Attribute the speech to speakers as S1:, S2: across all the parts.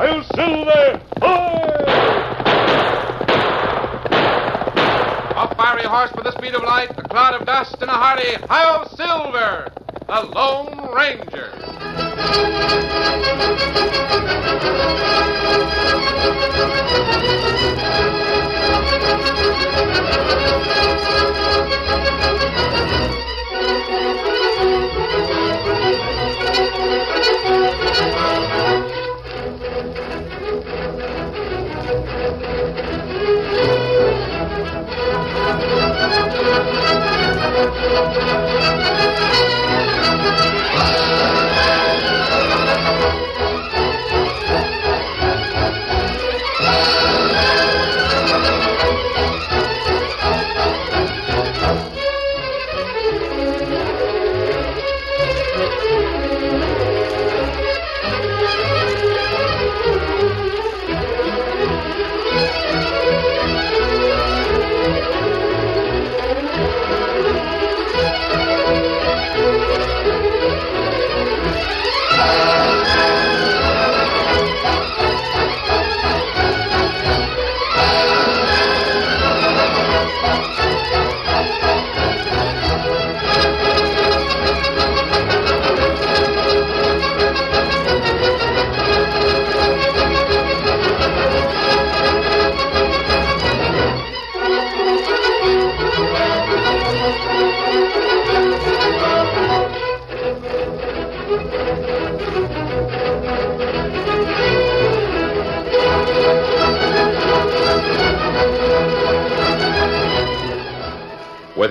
S1: I'll Silver! Hoy!
S2: Off fiery horse with the speed of light, a cloud of dust, and a hearty Hio Silver, the Lone Ranger. With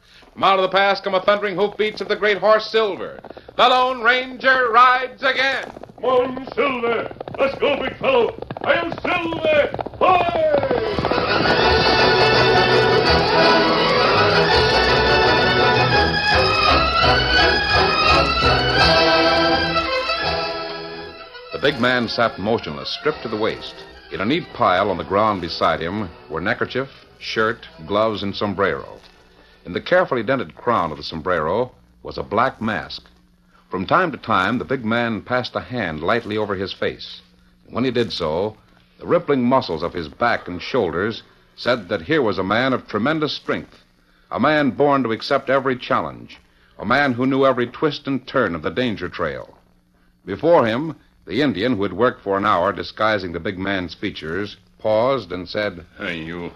S2: From out of the past come the thundering hoofbeats of the great horse Silver. The Lone Ranger rides again.
S1: Come on, Silver! Let's go, big fellow! I'll Silver! Hoy!
S2: The big man sat motionless, stripped to the waist. In a neat pile on the ground beside him were neckerchief, shirt, gloves, and sombrero. In the carefully dented crown of the sombrero was a black mask. From time to time, the big man passed a hand lightly over his face. When he did so, the rippling muscles of his back and shoulders said that here was a man of tremendous strength, a man born to accept every challenge, a man who knew every twist and turn of the danger trail. Before him, the Indian, who had worked for an hour disguising the big man's features, paused and said,
S1: Hey, you.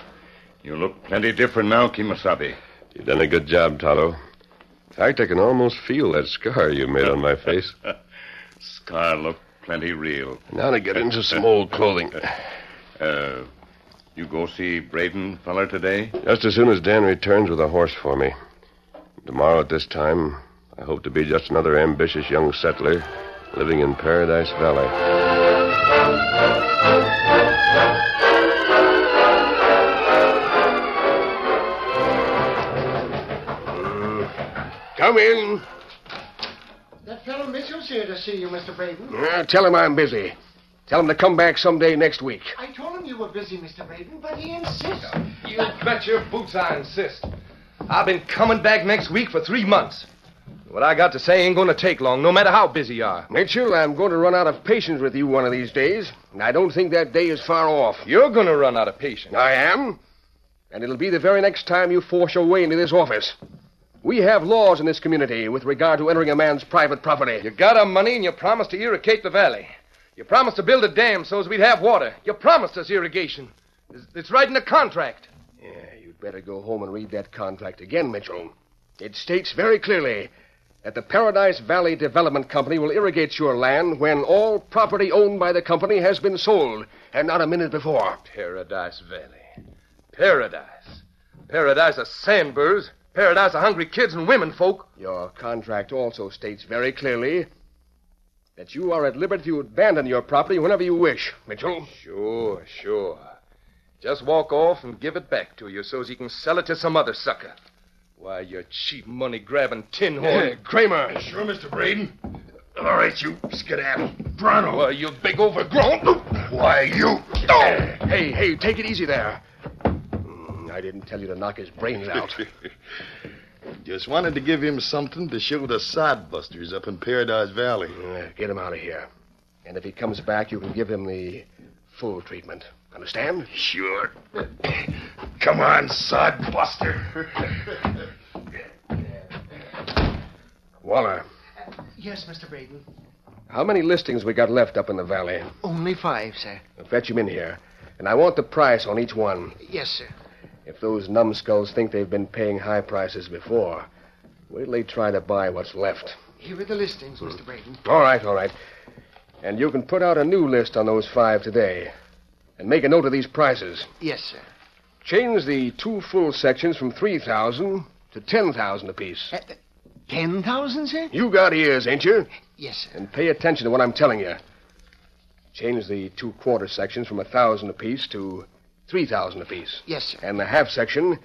S1: You look plenty different now, Kimasabi.
S3: You've done a good job, Tonto. In fact, I can almost feel that scar you made on my face.
S1: Scar look plenty real.
S3: Now to get into some old clothing.
S1: Uh, you go see Braden feller today?
S3: Just as soon as Dan returns with a horse for me. Tomorrow at this time, I hope to be just another ambitious young settler living in Paradise Valley.
S4: Come in.
S5: That fellow Mitchell's here to see you, Mr. Braden.
S4: Uh, tell him I'm busy. Tell him to come back someday next week.
S5: I told him you were busy, Mr. Braden, but he insists.
S6: You bet your boots I insist. I've been coming back next week for three months. What I got to say ain't gonna take long, no matter how busy you are.
S4: Mitchell, I'm going to run out of patience with you one of these days, and I don't think that day is far off.
S6: You're gonna run out of patience.
S4: I am, and it'll be the very next time you force your way into this office. We have laws in this community with regard to entering a man's private property.
S6: You got our money and you promised to irrigate the valley. You promised to build a dam so as we'd have water. You promised us irrigation. It's- It's right in the contract.
S4: Yeah, you'd better go home and read that contract again, Mitchell. It states very clearly that the Paradise Valley Development Company will irrigate your land when all property owned by the company has been sold, and not a minute before.
S7: Paradise Valley. Paradise. Paradise of sandbirds. Paradise of hungry kids and women folk.
S4: Your contract also states very clearly that you are at liberty to abandon your property whenever you wish, Mitchell.
S7: Sure, sure. Just walk off and give it back to you so's you can sell it to some other sucker. Why, you cheap money grabbing tin horn.
S4: Kramer.
S8: Sure, Mr. Braden. All right, you skedaddle. Brano.
S7: Why, you big overgrown.
S8: Why, you.
S4: Hey, hey, take it easy there. Mm, I didn't tell you to knock his brains out.
S5: Just wanted to give him something to show the sodbusters up in Paradise Valley.
S4: Get him out of here. And if he comes back, you can give him the full treatment. Understand?
S8: Sure. Come on, sodbuster.
S4: Waller,
S9: Yes, Mr. Braden.
S4: how many listings we got left up in the valley?
S9: Only five, sir.
S4: Fetch him in here. And I want the price on each one.
S9: Yes, sir.
S4: If those numbskulls think they've been paying high prices before, wait till they try to buy what's left.
S9: Here are the listings, Mr. Braden.
S4: All right, all right. And you can put out a new list on those five today. And make a note of these prices.
S9: Yes, sir.
S4: Change the two full sections from 3,000 to 10,000 apiece.
S9: Uh, uh, Ten thousand, sir?
S4: You got ears, ain't you?
S9: Yes, sir.
S4: And pay attention to what I'm telling you. Change the two quarter sections from a thousand apiece to three thousand apiece.
S9: Yes, sir.
S4: And the half section,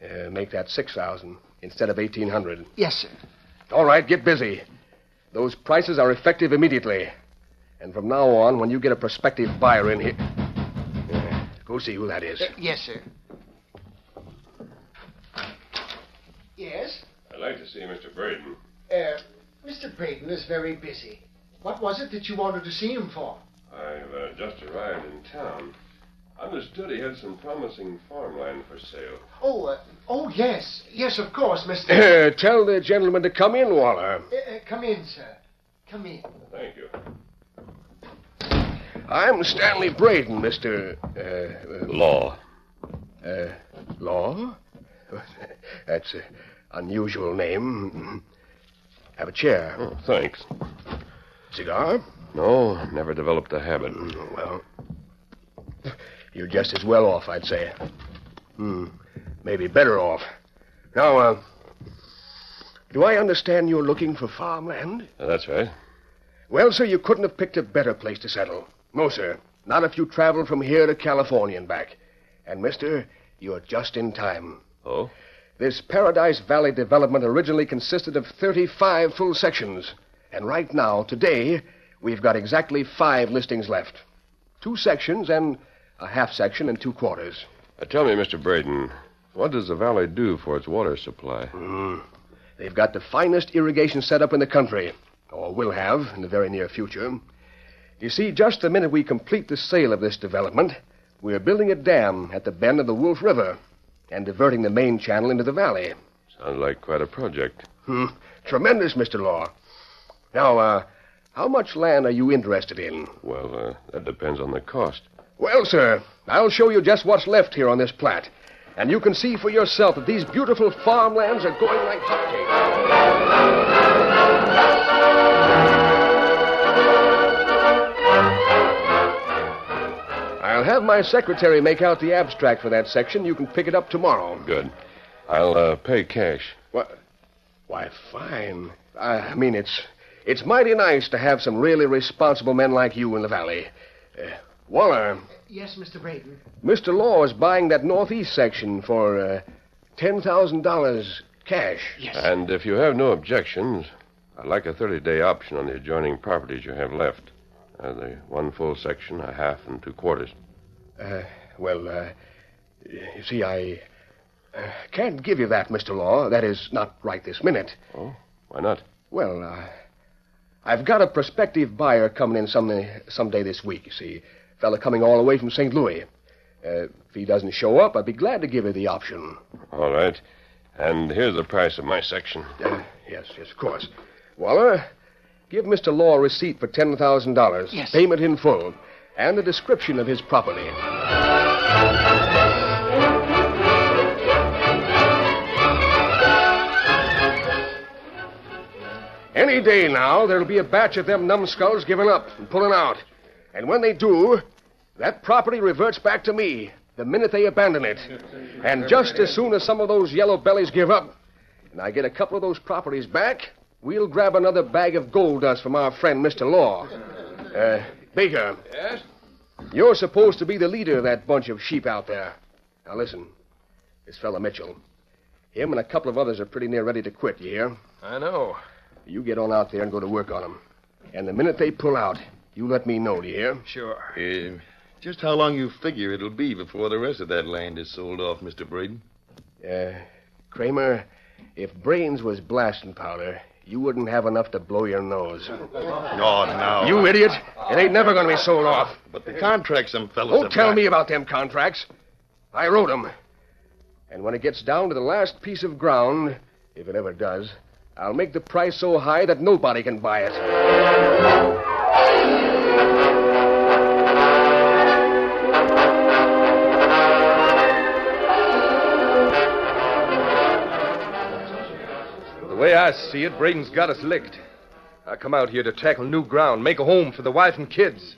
S4: uh, make that six thousand instead of eighteen hundred.
S9: Yes, sir.
S4: All right, get busy. Those prices are effective immediately. And from now on, when you get a prospective buyer in here. Yeah, go see who that is.
S9: Yes, sir. Yes?
S2: I'd like to see Mr. Braden.
S9: Uh, Mr. Braden is very busy. What was it that you wanted to see him for?
S2: I've uh, just arrived in town. Understood he had some promising farmland for sale.
S9: Oh, uh, oh, yes. Yes, of course, Mr.
S4: Uh, tell the gentleman to come in, Waller.
S9: Uh, uh, come in, sir. Come in.
S2: Thank you.
S4: I'm Stanley Braden, Mr. Uh,
S2: Law.
S4: Uh, Law? That's an unusual name. Have a chair.
S2: Oh, thanks.
S4: Cigar?
S2: No, never developed the habit.
S4: Well, you're just as well off, I'd say. Hmm, maybe better off. Now, uh, do I understand you're looking for farmland?
S2: That's right.
S4: Well, sir, you couldn't have picked a better place to settle. No, sir. Not if you traveled from here to California and back. And, mister, you're just in time.
S2: Oh?
S4: This Paradise Valley development originally consisted of 35 full sections. And right now, today, we've got exactly five listings left two sections and a half section and two quarters.
S2: Uh, tell me, Mr. Braden, what does the valley do for its water supply?
S4: They've got the finest irrigation setup in the country, or will have in the very near future. You see, just the minute we complete the sale of this development, we're building a dam at the bend of the Wolf River and diverting the main channel into the valley.
S2: Sounds like quite a project.
S4: Hmm. Tremendous, Mr. Law. Now, uh, how much land are you interested in?
S2: Well, uh, that depends on the cost.
S4: Well, sir, I'll show you just what's left here on this plat. And you can see for yourself that these beautiful farmlands are going like hotcakes. I'll have my secretary make out the abstract for that section. You can pick it up tomorrow.
S2: Good. I'll uh, pay cash.
S4: What? Why, fine. I I mean, it's it's mighty nice to have some really responsible men like you in the valley. Uh, Waller,
S9: Yes, Mr. Braden.
S4: Mr. Law is buying that northeast section for uh, ten thousand dollars cash.
S9: Yes.
S2: And if you have no objections, I'd like a 30 day option on the adjoining properties you have left. Uh, the one full section, a half, and two quarters.
S4: Well, uh, you see, I uh, can't give you that, Mr. Law. That is not right this minute.
S2: Oh, why not?
S4: Well, uh, I've got a prospective buyer coming in some someday this week. You see, fella coming all the way from St. Louis. Uh, if he doesn't show up, I'd be glad to give you the option.
S2: All right. And here's the price of my section.
S4: Uh, yes, yes, of course. Waller, give Mr. Law a receipt for $10,000.
S9: Yes.
S4: Payment in full. And a description of his property.
S10: Any day now, there'll be a batch of them numbskulls giving up and pulling out. And when they do, that property reverts back to me the minute they abandon it. And just as soon as some of those yellow bellies give up, and I get a couple of those properties back, we'll grab another bag of gold dust from our friend, Mr. Law. Uh, Baker. Yes? You're supposed to be the leader of that bunch of sheep out there. Now listen, this fella Mitchell. Him and a couple of others are pretty near ready to quit, you hear?
S4: I know.
S10: You get on out there and go to work on them. And the minute they pull out, you let me know, do you hear?
S4: Sure.
S11: Uh, just how long you figure it'll be before the rest of that land is sold off, Mr. Braden?
S10: Uh, Kramer, if brains was blasting powder, you wouldn't have enough to blow your nose.
S11: Oh, no.
S10: You idiot! It ain't never going to be sold off.
S11: But the contract some fellas
S2: Oh,
S10: Don't
S11: have
S10: tell
S11: got-
S10: me about them contracts. I wrote 'em. And when it gets down to the last piece of ground, if it ever does, I'll make the price so high that nobody can buy it.
S4: The way I see it, Braden's got us licked. I come out here to tackle new ground, make a home for the wife and kids.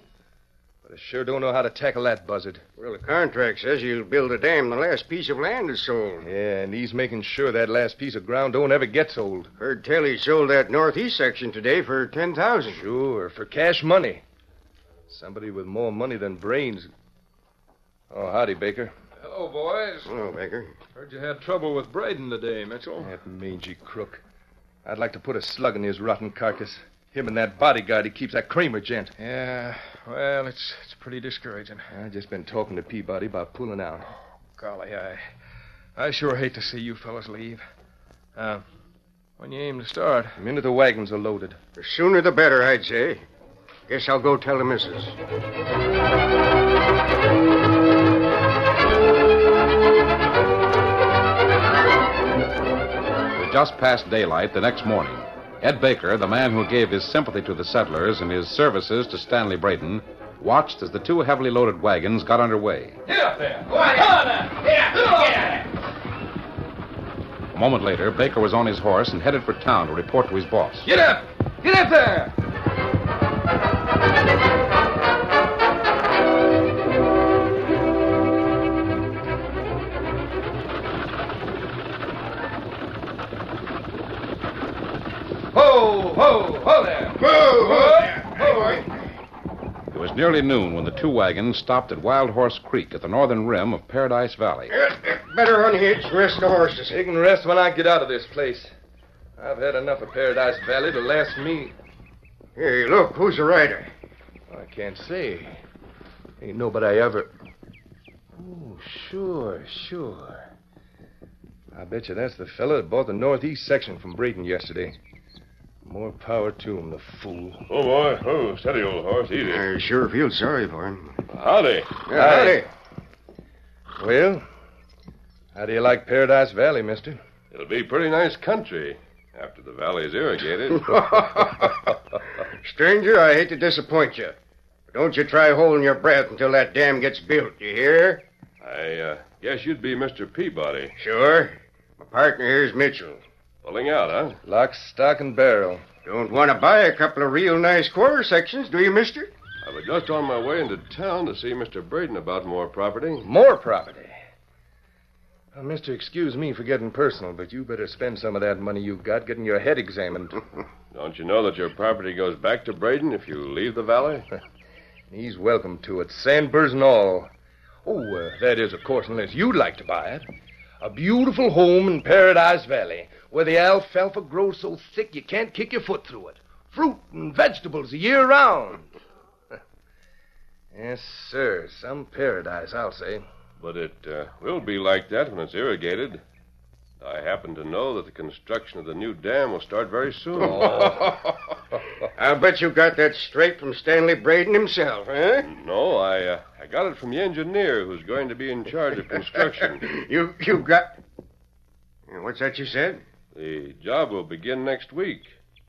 S4: But I sure don't know how to tackle that buzzard.
S12: Well, the contract says you'll build a dam the last piece of land is sold.
S4: Yeah, and he's making sure that last piece of ground don't ever get sold.
S12: Heard tell he sold that northeast section today for ten thousand.
S4: Sure, for cash money. Somebody with more money than brains. Oh, howdy, Baker.
S13: Hello, boys.
S12: Hello, Baker.
S13: Heard you had trouble with Braden today, Mitchell.
S4: That mangy crook. I'd like to put a slug in his rotten carcass. Him and that bodyguard he keeps, that Kramer gent.
S13: Yeah, well, it's it's pretty discouraging.
S4: I just been talking to Peabody about pulling out.
S13: Golly, I I sure hate to see you fellas leave. Uh, when you aim to start?
S4: The minute the wagons are loaded.
S12: The sooner the better, I'd say. Guess I'll go tell the missus.
S14: It was just past daylight the next morning. Ed Baker, the man who gave his sympathy to the settlers and his services to Stanley Braden, watched as the two heavily loaded wagons got underway.
S4: Get up there!
S14: A moment later, Baker was on his horse and headed for town to report to his boss.
S4: Get up! Get up there! Ho, ho, ho there!
S14: It was nearly noon when the two wagons stopped at Wild Horse Creek at the northern rim of Paradise Valley.
S12: Better unhitch, rest the horses.
S4: They can rest when I get out of this place. I've had enough of Paradise Valley to last me.
S12: Hey, look, who's the rider?
S4: I can't say. Ain't nobody ever. Oh, sure, sure. I bet you that's the fella that bought the northeast section from Braden yesterday. More power to him, the fool.
S2: Oh, boy. Oh, steady, old horse. Easy.
S12: I Uh, sure feel sorry for him.
S2: Howdy.
S4: Howdy. Well, how do you like Paradise Valley, mister?
S2: It'll be pretty nice country after the valley's irrigated.
S12: Stranger, I hate to disappoint you. But don't you try holding your breath until that dam gets built, you hear?
S2: I uh, guess you'd be Mr. Peabody.
S12: Sure. My partner here's Mitchell.
S2: Pulling out, huh?
S4: Lock, stock, and barrel.
S12: Don't want to buy a couple of real nice quarter sections, do you, mister?
S2: I was just on my way into town to see Mr. Braden about more property.
S4: More property. Now, mister, excuse me for getting personal, but you better spend some of that money you've got getting your head examined.
S2: Don't you know that your property goes back to Braden if you leave the valley?
S4: He's welcome to it, sandburs and all. Oh, uh, that is, of course, unless you'd like to buy it. A beautiful home in Paradise Valley, where the alfalfa grows so thick you can't kick your foot through it. Fruit and vegetables the year round. yes, sir, some paradise, I'll say.
S2: But it uh, will be like that when it's irrigated. I happen to know that the construction of the new dam will start very soon.
S4: Oh.
S12: I'll bet you got that straight from Stanley Braden himself, eh?
S2: No, I uh, I got it from the engineer who's going to be in charge of construction.
S12: You you got. Yeah, What's that you said?
S2: the job will begin next week.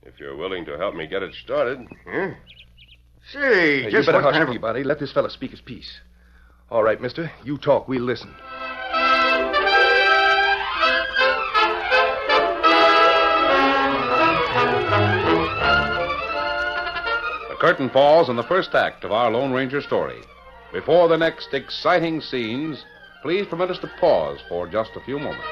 S2: If you're willing to help me get it started,
S12: Huh? Say,
S4: Hey, you
S12: just
S4: better
S12: what
S4: hush,
S12: kind of-
S4: everybody. Let this fellow speak his piece. All right, mister, you talk, we'll listen.
S15: curtain falls on the first act of our Lone Ranger story. Before the next exciting scenes, please permit us to pause for just a few moments.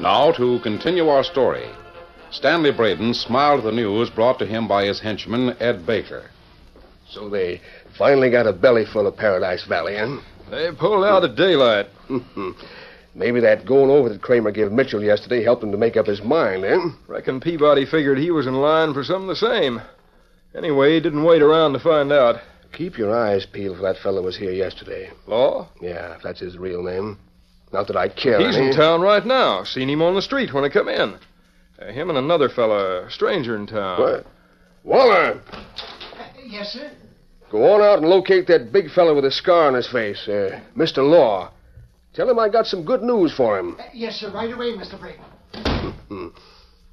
S15: Now, to continue our story. Stanley Braden smiled at the news brought to him by his henchman, Ed Baker.
S4: So they finally got a bellyful of Paradise Valley, huh?
S16: They pulled out at daylight.
S4: Maybe that going over that Kramer gave Mitchell yesterday helped him to make up his mind, eh?
S17: Reckon Peabody figured he was in line for some of the same. Anyway, he didn't wait around to find out.
S4: Keep your eyes peeled for that fellow who was here yesterday.
S17: Law?
S4: Yeah, if that's his real name. Not that I care. eh?
S17: He's in
S4: any.
S17: town right now. Seen him on the street when I come in. Uh, him and another fella, stranger in town.
S4: What? Waller,
S9: Yes, sir.
S4: go on out and locate that big fellow with a scar on his face, uh, Mr. Law. Tell him I got some good news for him.
S9: Uh, Yes, sir. Right away, Mr. Brayton.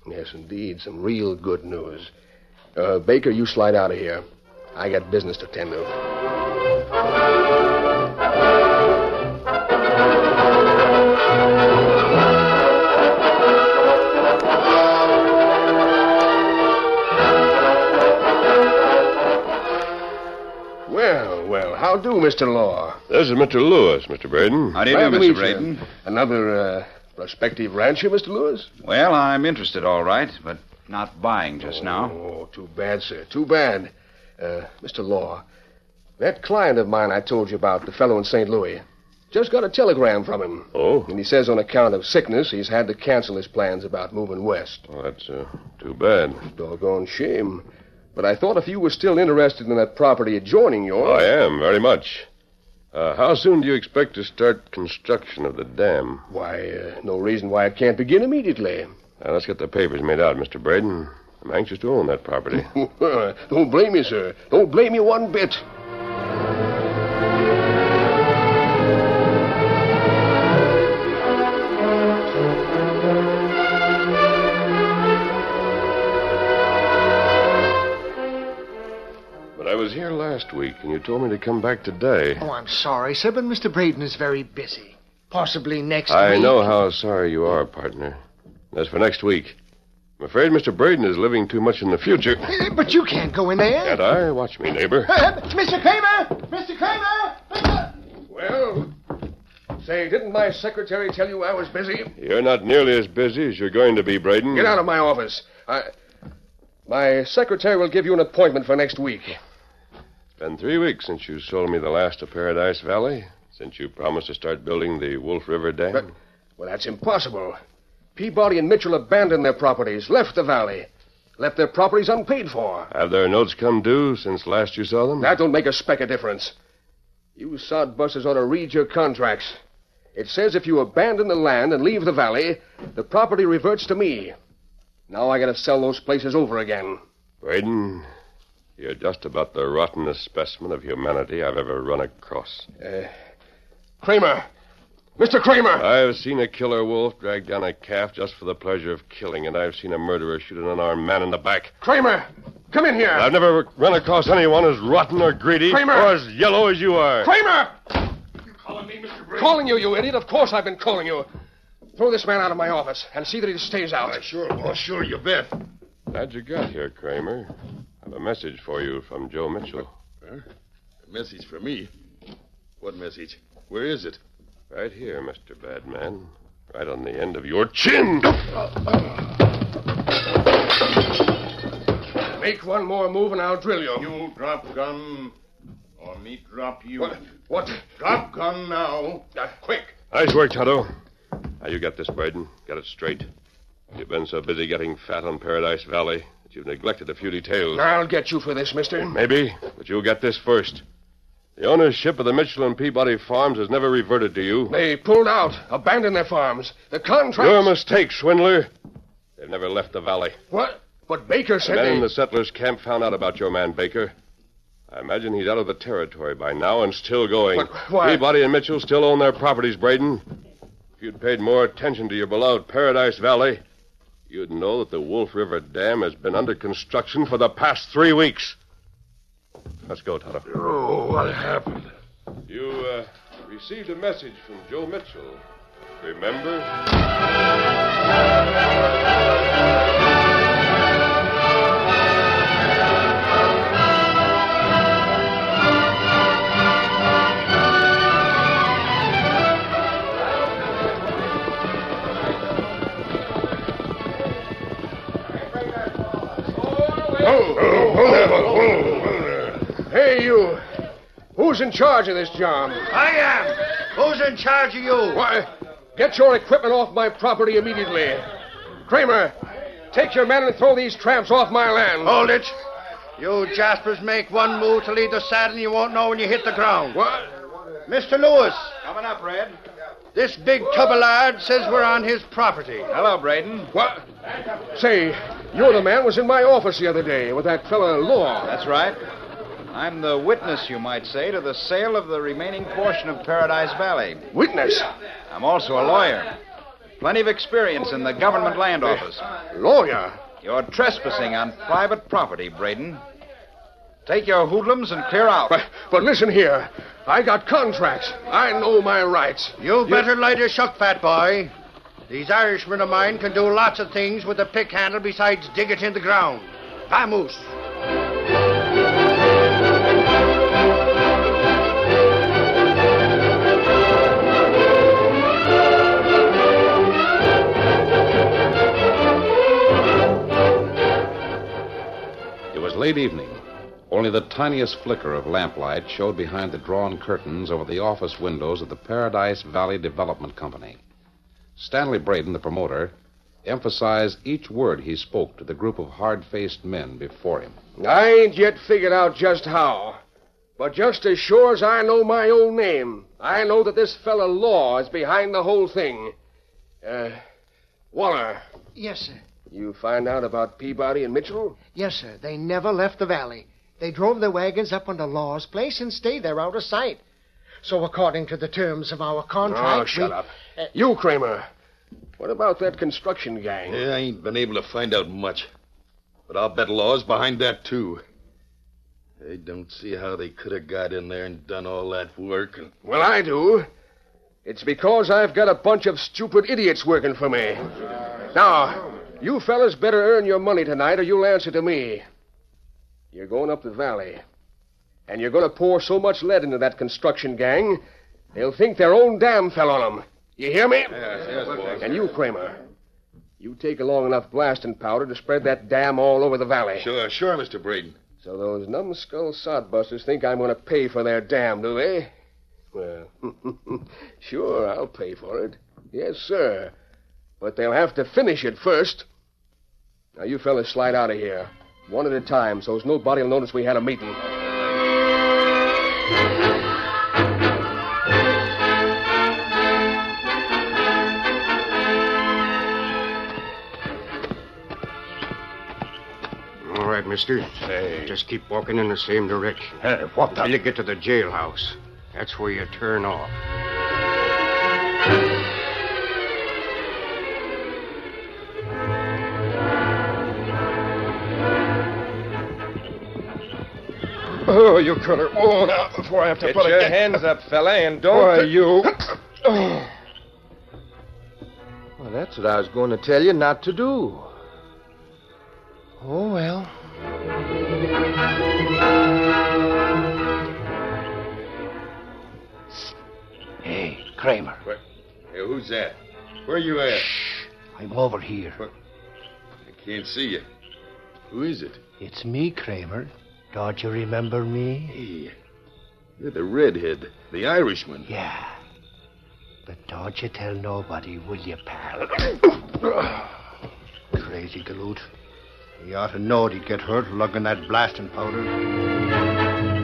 S4: Yes, indeed, some real good news. Uh, Baker, you slide out of here. I got business to tend to. Well, well, how do, Mr. Law?
S2: This is Mr. Lewis, Mr. Braden.
S18: How do you
S4: Glad
S18: do,
S4: to
S18: Mr.
S4: meet
S18: Braden?
S4: you. Another uh, prospective rancher, Mr. Lewis?
S18: Well, I'm interested, all right, but not buying just now.
S4: Oh, too bad, sir. Too bad. Uh, Mr. Law, that client of mine I told you about, the fellow in St. Louis, just got a telegram from him.
S2: Oh,
S4: And he says on account of sickness, he's had to cancel his plans about moving west.
S2: well, that's uh, too bad.
S4: Doggone shame. But I thought if you were still interested in that property adjoining yours.
S2: I am, very much. Uh, how soon do you expect to start construction of the dam?
S4: Why, uh, no reason why I can't begin immediately.
S2: Now, let's get the papers made out, Mr. Braden. I'm anxious to own that property.
S4: Don't blame me, sir. Don't blame me one bit.
S2: but I was here last week, and you told me to come back today.
S9: Oh, I'm sorry, sir, but Mr. Braden is very busy. Possibly next
S2: I
S9: week.
S2: know how sorry you are, partner. As for next week, I'm afraid Mr. Braden is living too much in the future.
S9: Uh, But you can't go in there.
S2: And I? Watch me, neighbor.
S9: Uh, Mr. Kramer! Mr. Kramer! Mr.
S4: Well, say, didn't my secretary tell you I was busy?
S2: You're not nearly as busy as you're going to be, Braden.
S4: Get out of my office. I... My secretary will give you an appointment for next week.
S2: Been three weeks since you sold me the last of Paradise Valley, since you promised to start building the Wolf River Dam.
S4: But- Well, that's impossible. Peabody and Mitchell abandoned their properties, left the valley, left their properties unpaid for.
S2: Have their notes come due since last you saw them?
S4: That don't make a speck of difference. You sodbusters ought to read your contracts. It says if you abandon the land and leave the valley, the property reverts to me. Now I gotta sell those places over again.
S2: Braden, you're just about the rottenest specimen of humanity I've ever run across.
S4: Kramer! Mr. Kramer!
S2: I've seen a killer wolf drag down a calf just for the pleasure of killing, and I've seen a murderer shoot an unarmed man in the back.
S4: Kramer! Come in here!
S2: I've never run across anyone as rotten or greedy
S4: Kramer!
S2: or as yellow as you are.
S4: Kramer! Calling you, you idiot. Of course I've been calling you. Throw this man out of my office and see that he stays out.
S19: Sure, boss, sure, you bet.
S2: Glad you got here, Kramer. I have a message for you from Joe Mitchell.
S19: Message for me. What message? Where is it?
S2: Right here, Mr. Badman. Right on the end of your chin.
S4: Make one more move and I'll drill you.
S20: You drop gun, or me drop you. What?
S4: What?
S20: Drop gun now.
S4: quick.
S2: Nice work, Tonto. Now, you got this, Braden. Got it straight. You've been so busy getting fat on Paradise Valley that you've neglected a few details.
S4: I'll get you for this, mister.
S2: Maybe, but you get this first. The ownership of the Mitchell and Peabody farms has never reverted to you.
S4: They pulled out, abandoned their farms. The contract.
S2: Your mistake, swindler. They've never left the valley.
S4: What? But Baker
S2: The
S4: said
S2: men
S4: they...
S2: in the settlers' camp found out about your man, Baker. I imagine he's out of the territory by now and still going.
S4: But why-
S2: Peabody and Mitchell still own their properties, Braden. If you'd paid more attention to your beloved Paradise Valley, you'd know that the Wolf River Dam has been under construction for the past three weeks. Let's go, Toto.
S21: Oh, what happened?
S2: You uh, received a message from Joe Mitchell. Remember?
S4: Hey, you. Who's in charge of this job?
S5: I am. Who's in charge of you?
S4: Why, get your equipment off my property immediately. Kramer, take your men and throw these tramps off my land.
S5: Hold it. You Jaspers make one move to leave the saddle, and you won't know when you hit the ground.
S4: What?
S5: Mr. Lewis,
S22: Coming up, Red.
S5: this big tub of lard says we're on his property.
S22: Hello, Braden.
S4: What? Say, you're the man was in my office the other day with that fella Law.
S22: That's right. I'm the witness, you might say, to the sale of the remaining portion of Paradise Valley.
S4: Witness?
S22: I'm also a lawyer. Plenty of experience in the government land office.
S4: Lawyer?
S22: You're trespassing on private property, Braden. Take your hoodlums and clear out.
S4: But, but listen here. I got contracts. I know my rights.
S5: You better light your shuck, fat boy. These Irishmen of mine can do lots of things with a pick handle besides dig it in the ground. Vamos.
S23: It was late evening. Only the tiniest flicker of lamplight showed behind the drawn curtains over the office windows of the Paradise Valley Development Company. Stanley Braden, the promoter, emphasized each word he spoke to the group of hard faced men before him.
S4: I ain't yet figured out just how. But just as sure as I know my own name, I know that this fella Law is behind the whole thing. Uh, Waller,
S9: Yes, sir.
S4: you find out about Peabody and Mitchell?
S9: Yes, sir. They never left the valley. They drove their wagons up onto Law's place and stayed there out of sight. So, according to the terms of our contract.
S4: oh, shut
S9: we-
S4: up.
S9: Uh,
S4: you, Kramer. What about that construction gang?
S24: Yeah, I ain't been able to find out much. But I'll bet Law's behind that, too. I don't see how they could have got in there and done all that work. And...
S4: Well, I do. It's because I've got a bunch of stupid idiots working for me. Now, you fellas better earn your money tonight or you'll answer to me. You're going up the valley. And you're going to pour so much lead into that construction gang, they'll think their own dam fell on 'em. You hear me? And you, Kramer, you take along enough blasting powder to spread that dam all over the valley.
S24: Sure, Uh, sure, Mr. Braden.
S4: So those numbskull sodbusters think I'm going to pay for their dam, do they? Well, sure, I'll pay for it. Yes, sir. But they'll have to finish it first. Now, you fellas slide out of here. One at a time, so as nobody'll notice we had a meeting.
S5: All right, mister. Just keep walking in the same direction. Hey, what the? Till you get to the jailhouse. That's where you turn off.
S25: Oh, you cut her on out before I have to
S26: Get
S25: put
S26: your
S25: a...
S26: hands up, fella, and don't.
S25: Why, you...
S27: Well, that's what I was going to tell you not to do. Oh, well.
S28: Hey, Kramer,
S24: Hey, who's that? Where you at?
S28: I'm over here.
S24: I can't see you. Who is it?
S9: It's me, Kramer. Don't you remember me?
S29: Hey, you're the redhead, the Irishman.
S9: Yeah. But don't you tell nobody, will you, pal?
S5: Crazy galoot. He ought to knowed he'd get hurt lugging that blasting powder.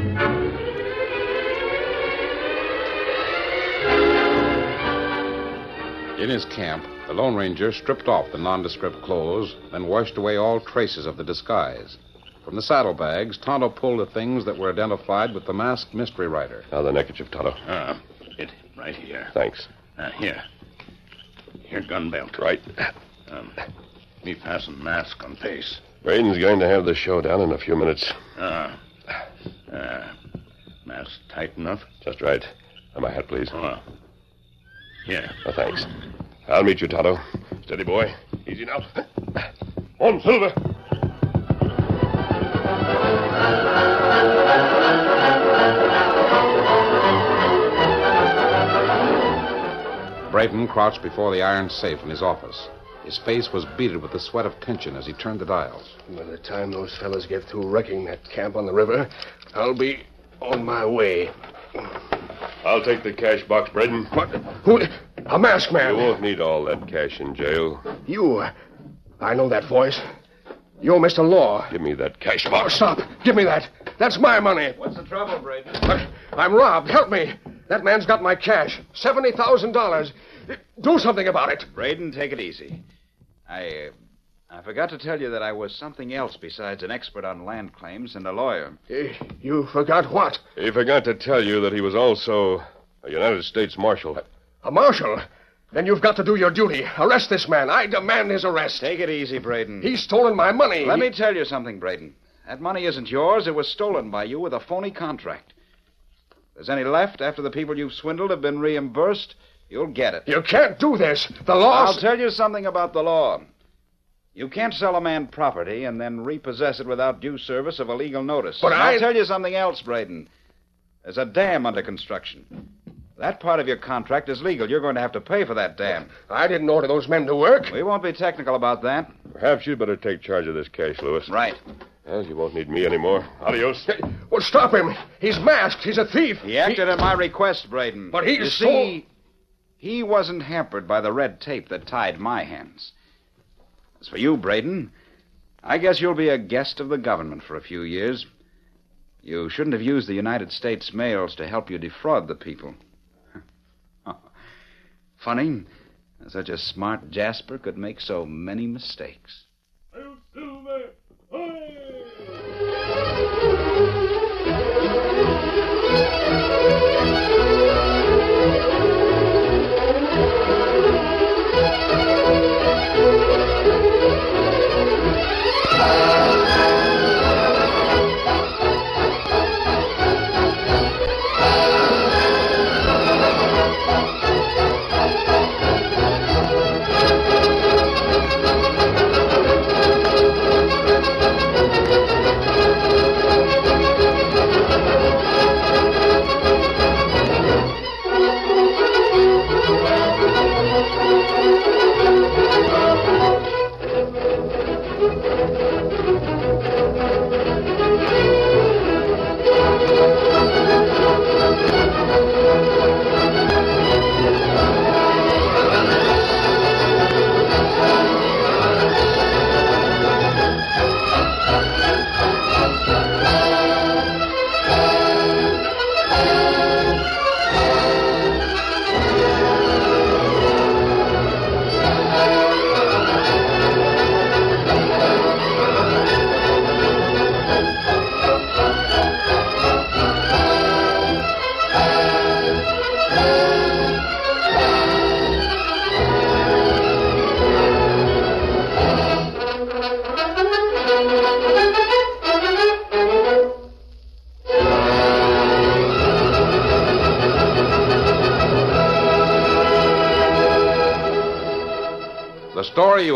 S15: In his camp, the Lone Ranger stripped off the nondescript clothes, then washed away all traces of the disguise. From the saddlebags, Tonto pulled the things that were identified with the masked mystery Ah, rider.
S1: Now the neckerchief, Tonto.
S29: Uh, it, right here.
S1: Thanks.
S15: Ah,
S29: Uh, here. Here, gun belt.
S1: Right.
S29: Um, me fasten mask on face.
S1: Braden's going to have the showdown in a few minutes.
S29: Uh,
S15: Ah.
S29: uh, mask tight enough?
S1: Just right. And my hat, please.
S29: Oh. Here.
S1: Oh, thanks. I'll meet you, Tonto. Steady, boy. Easy now. On, Silver.
S15: Brayton crouched before the iron safe in his office. His face was beaded with the sweat of tension as he turned the dials.
S4: By the time those fellas get through wrecking that camp on the river, I'll be on my way.
S1: I'll take the cash box, Braden. What?
S4: Who? A masked man.
S1: You won't need all that cash in jail.
S4: You. I know that voice. You're Mr. Law.
S1: Give me that cash
S4: Oh,
S1: box.
S4: stop. Give me that. That's my money. Uh,
S30: What's the trouble, Braden?
S4: I'm robbed. Help me. That man's got my cash. $70,000. Do something about it.
S2: Braden, take it easy. I, uh, I forgot to tell you that I was something else besides an expert on land claims and a lawyer.
S4: You forgot what?
S1: He forgot to tell you that he was also a United States Marshal.
S4: A marshal? Then you've got to do your duty. Arrest this man. I demand his arrest.
S2: Take it easy, Braden.
S4: He's stolen my money.
S2: Let me tell you something, Braden. That money isn't yours. It was stolen by you with a phony contract. If there's any left after the people you've swindled have been reimbursed, you'll get it.
S4: You can't do this. The law.
S2: I'll tell you something about the law. You can't sell a man property and then repossess it without due service of a legal notice.
S4: But
S2: And
S4: I-
S2: I'll tell you something else, Braden. There's a dam under construction. That part of your contract is legal. You're going to have to pay for that dam.
S4: I didn't order those men to work.
S2: We won't be technical about that.
S1: Perhaps you'd better take charge of this cash, Lewis.
S2: Right.
S1: Well, you won't need me anymore. Adios.
S4: Well, stop him. He's masked. He's a thief.
S2: He acted at my request, Braden.
S4: But he
S2: you
S4: stole-
S2: see, he wasn't hampered by the red tape that tied my hands. As for you, Braden, I guess you'll be a guest of the government for a few years. You shouldn't have used the United States mails to help you defraud the people. Funny, such a smart Jasper could make so many mistakes.
S15: The story you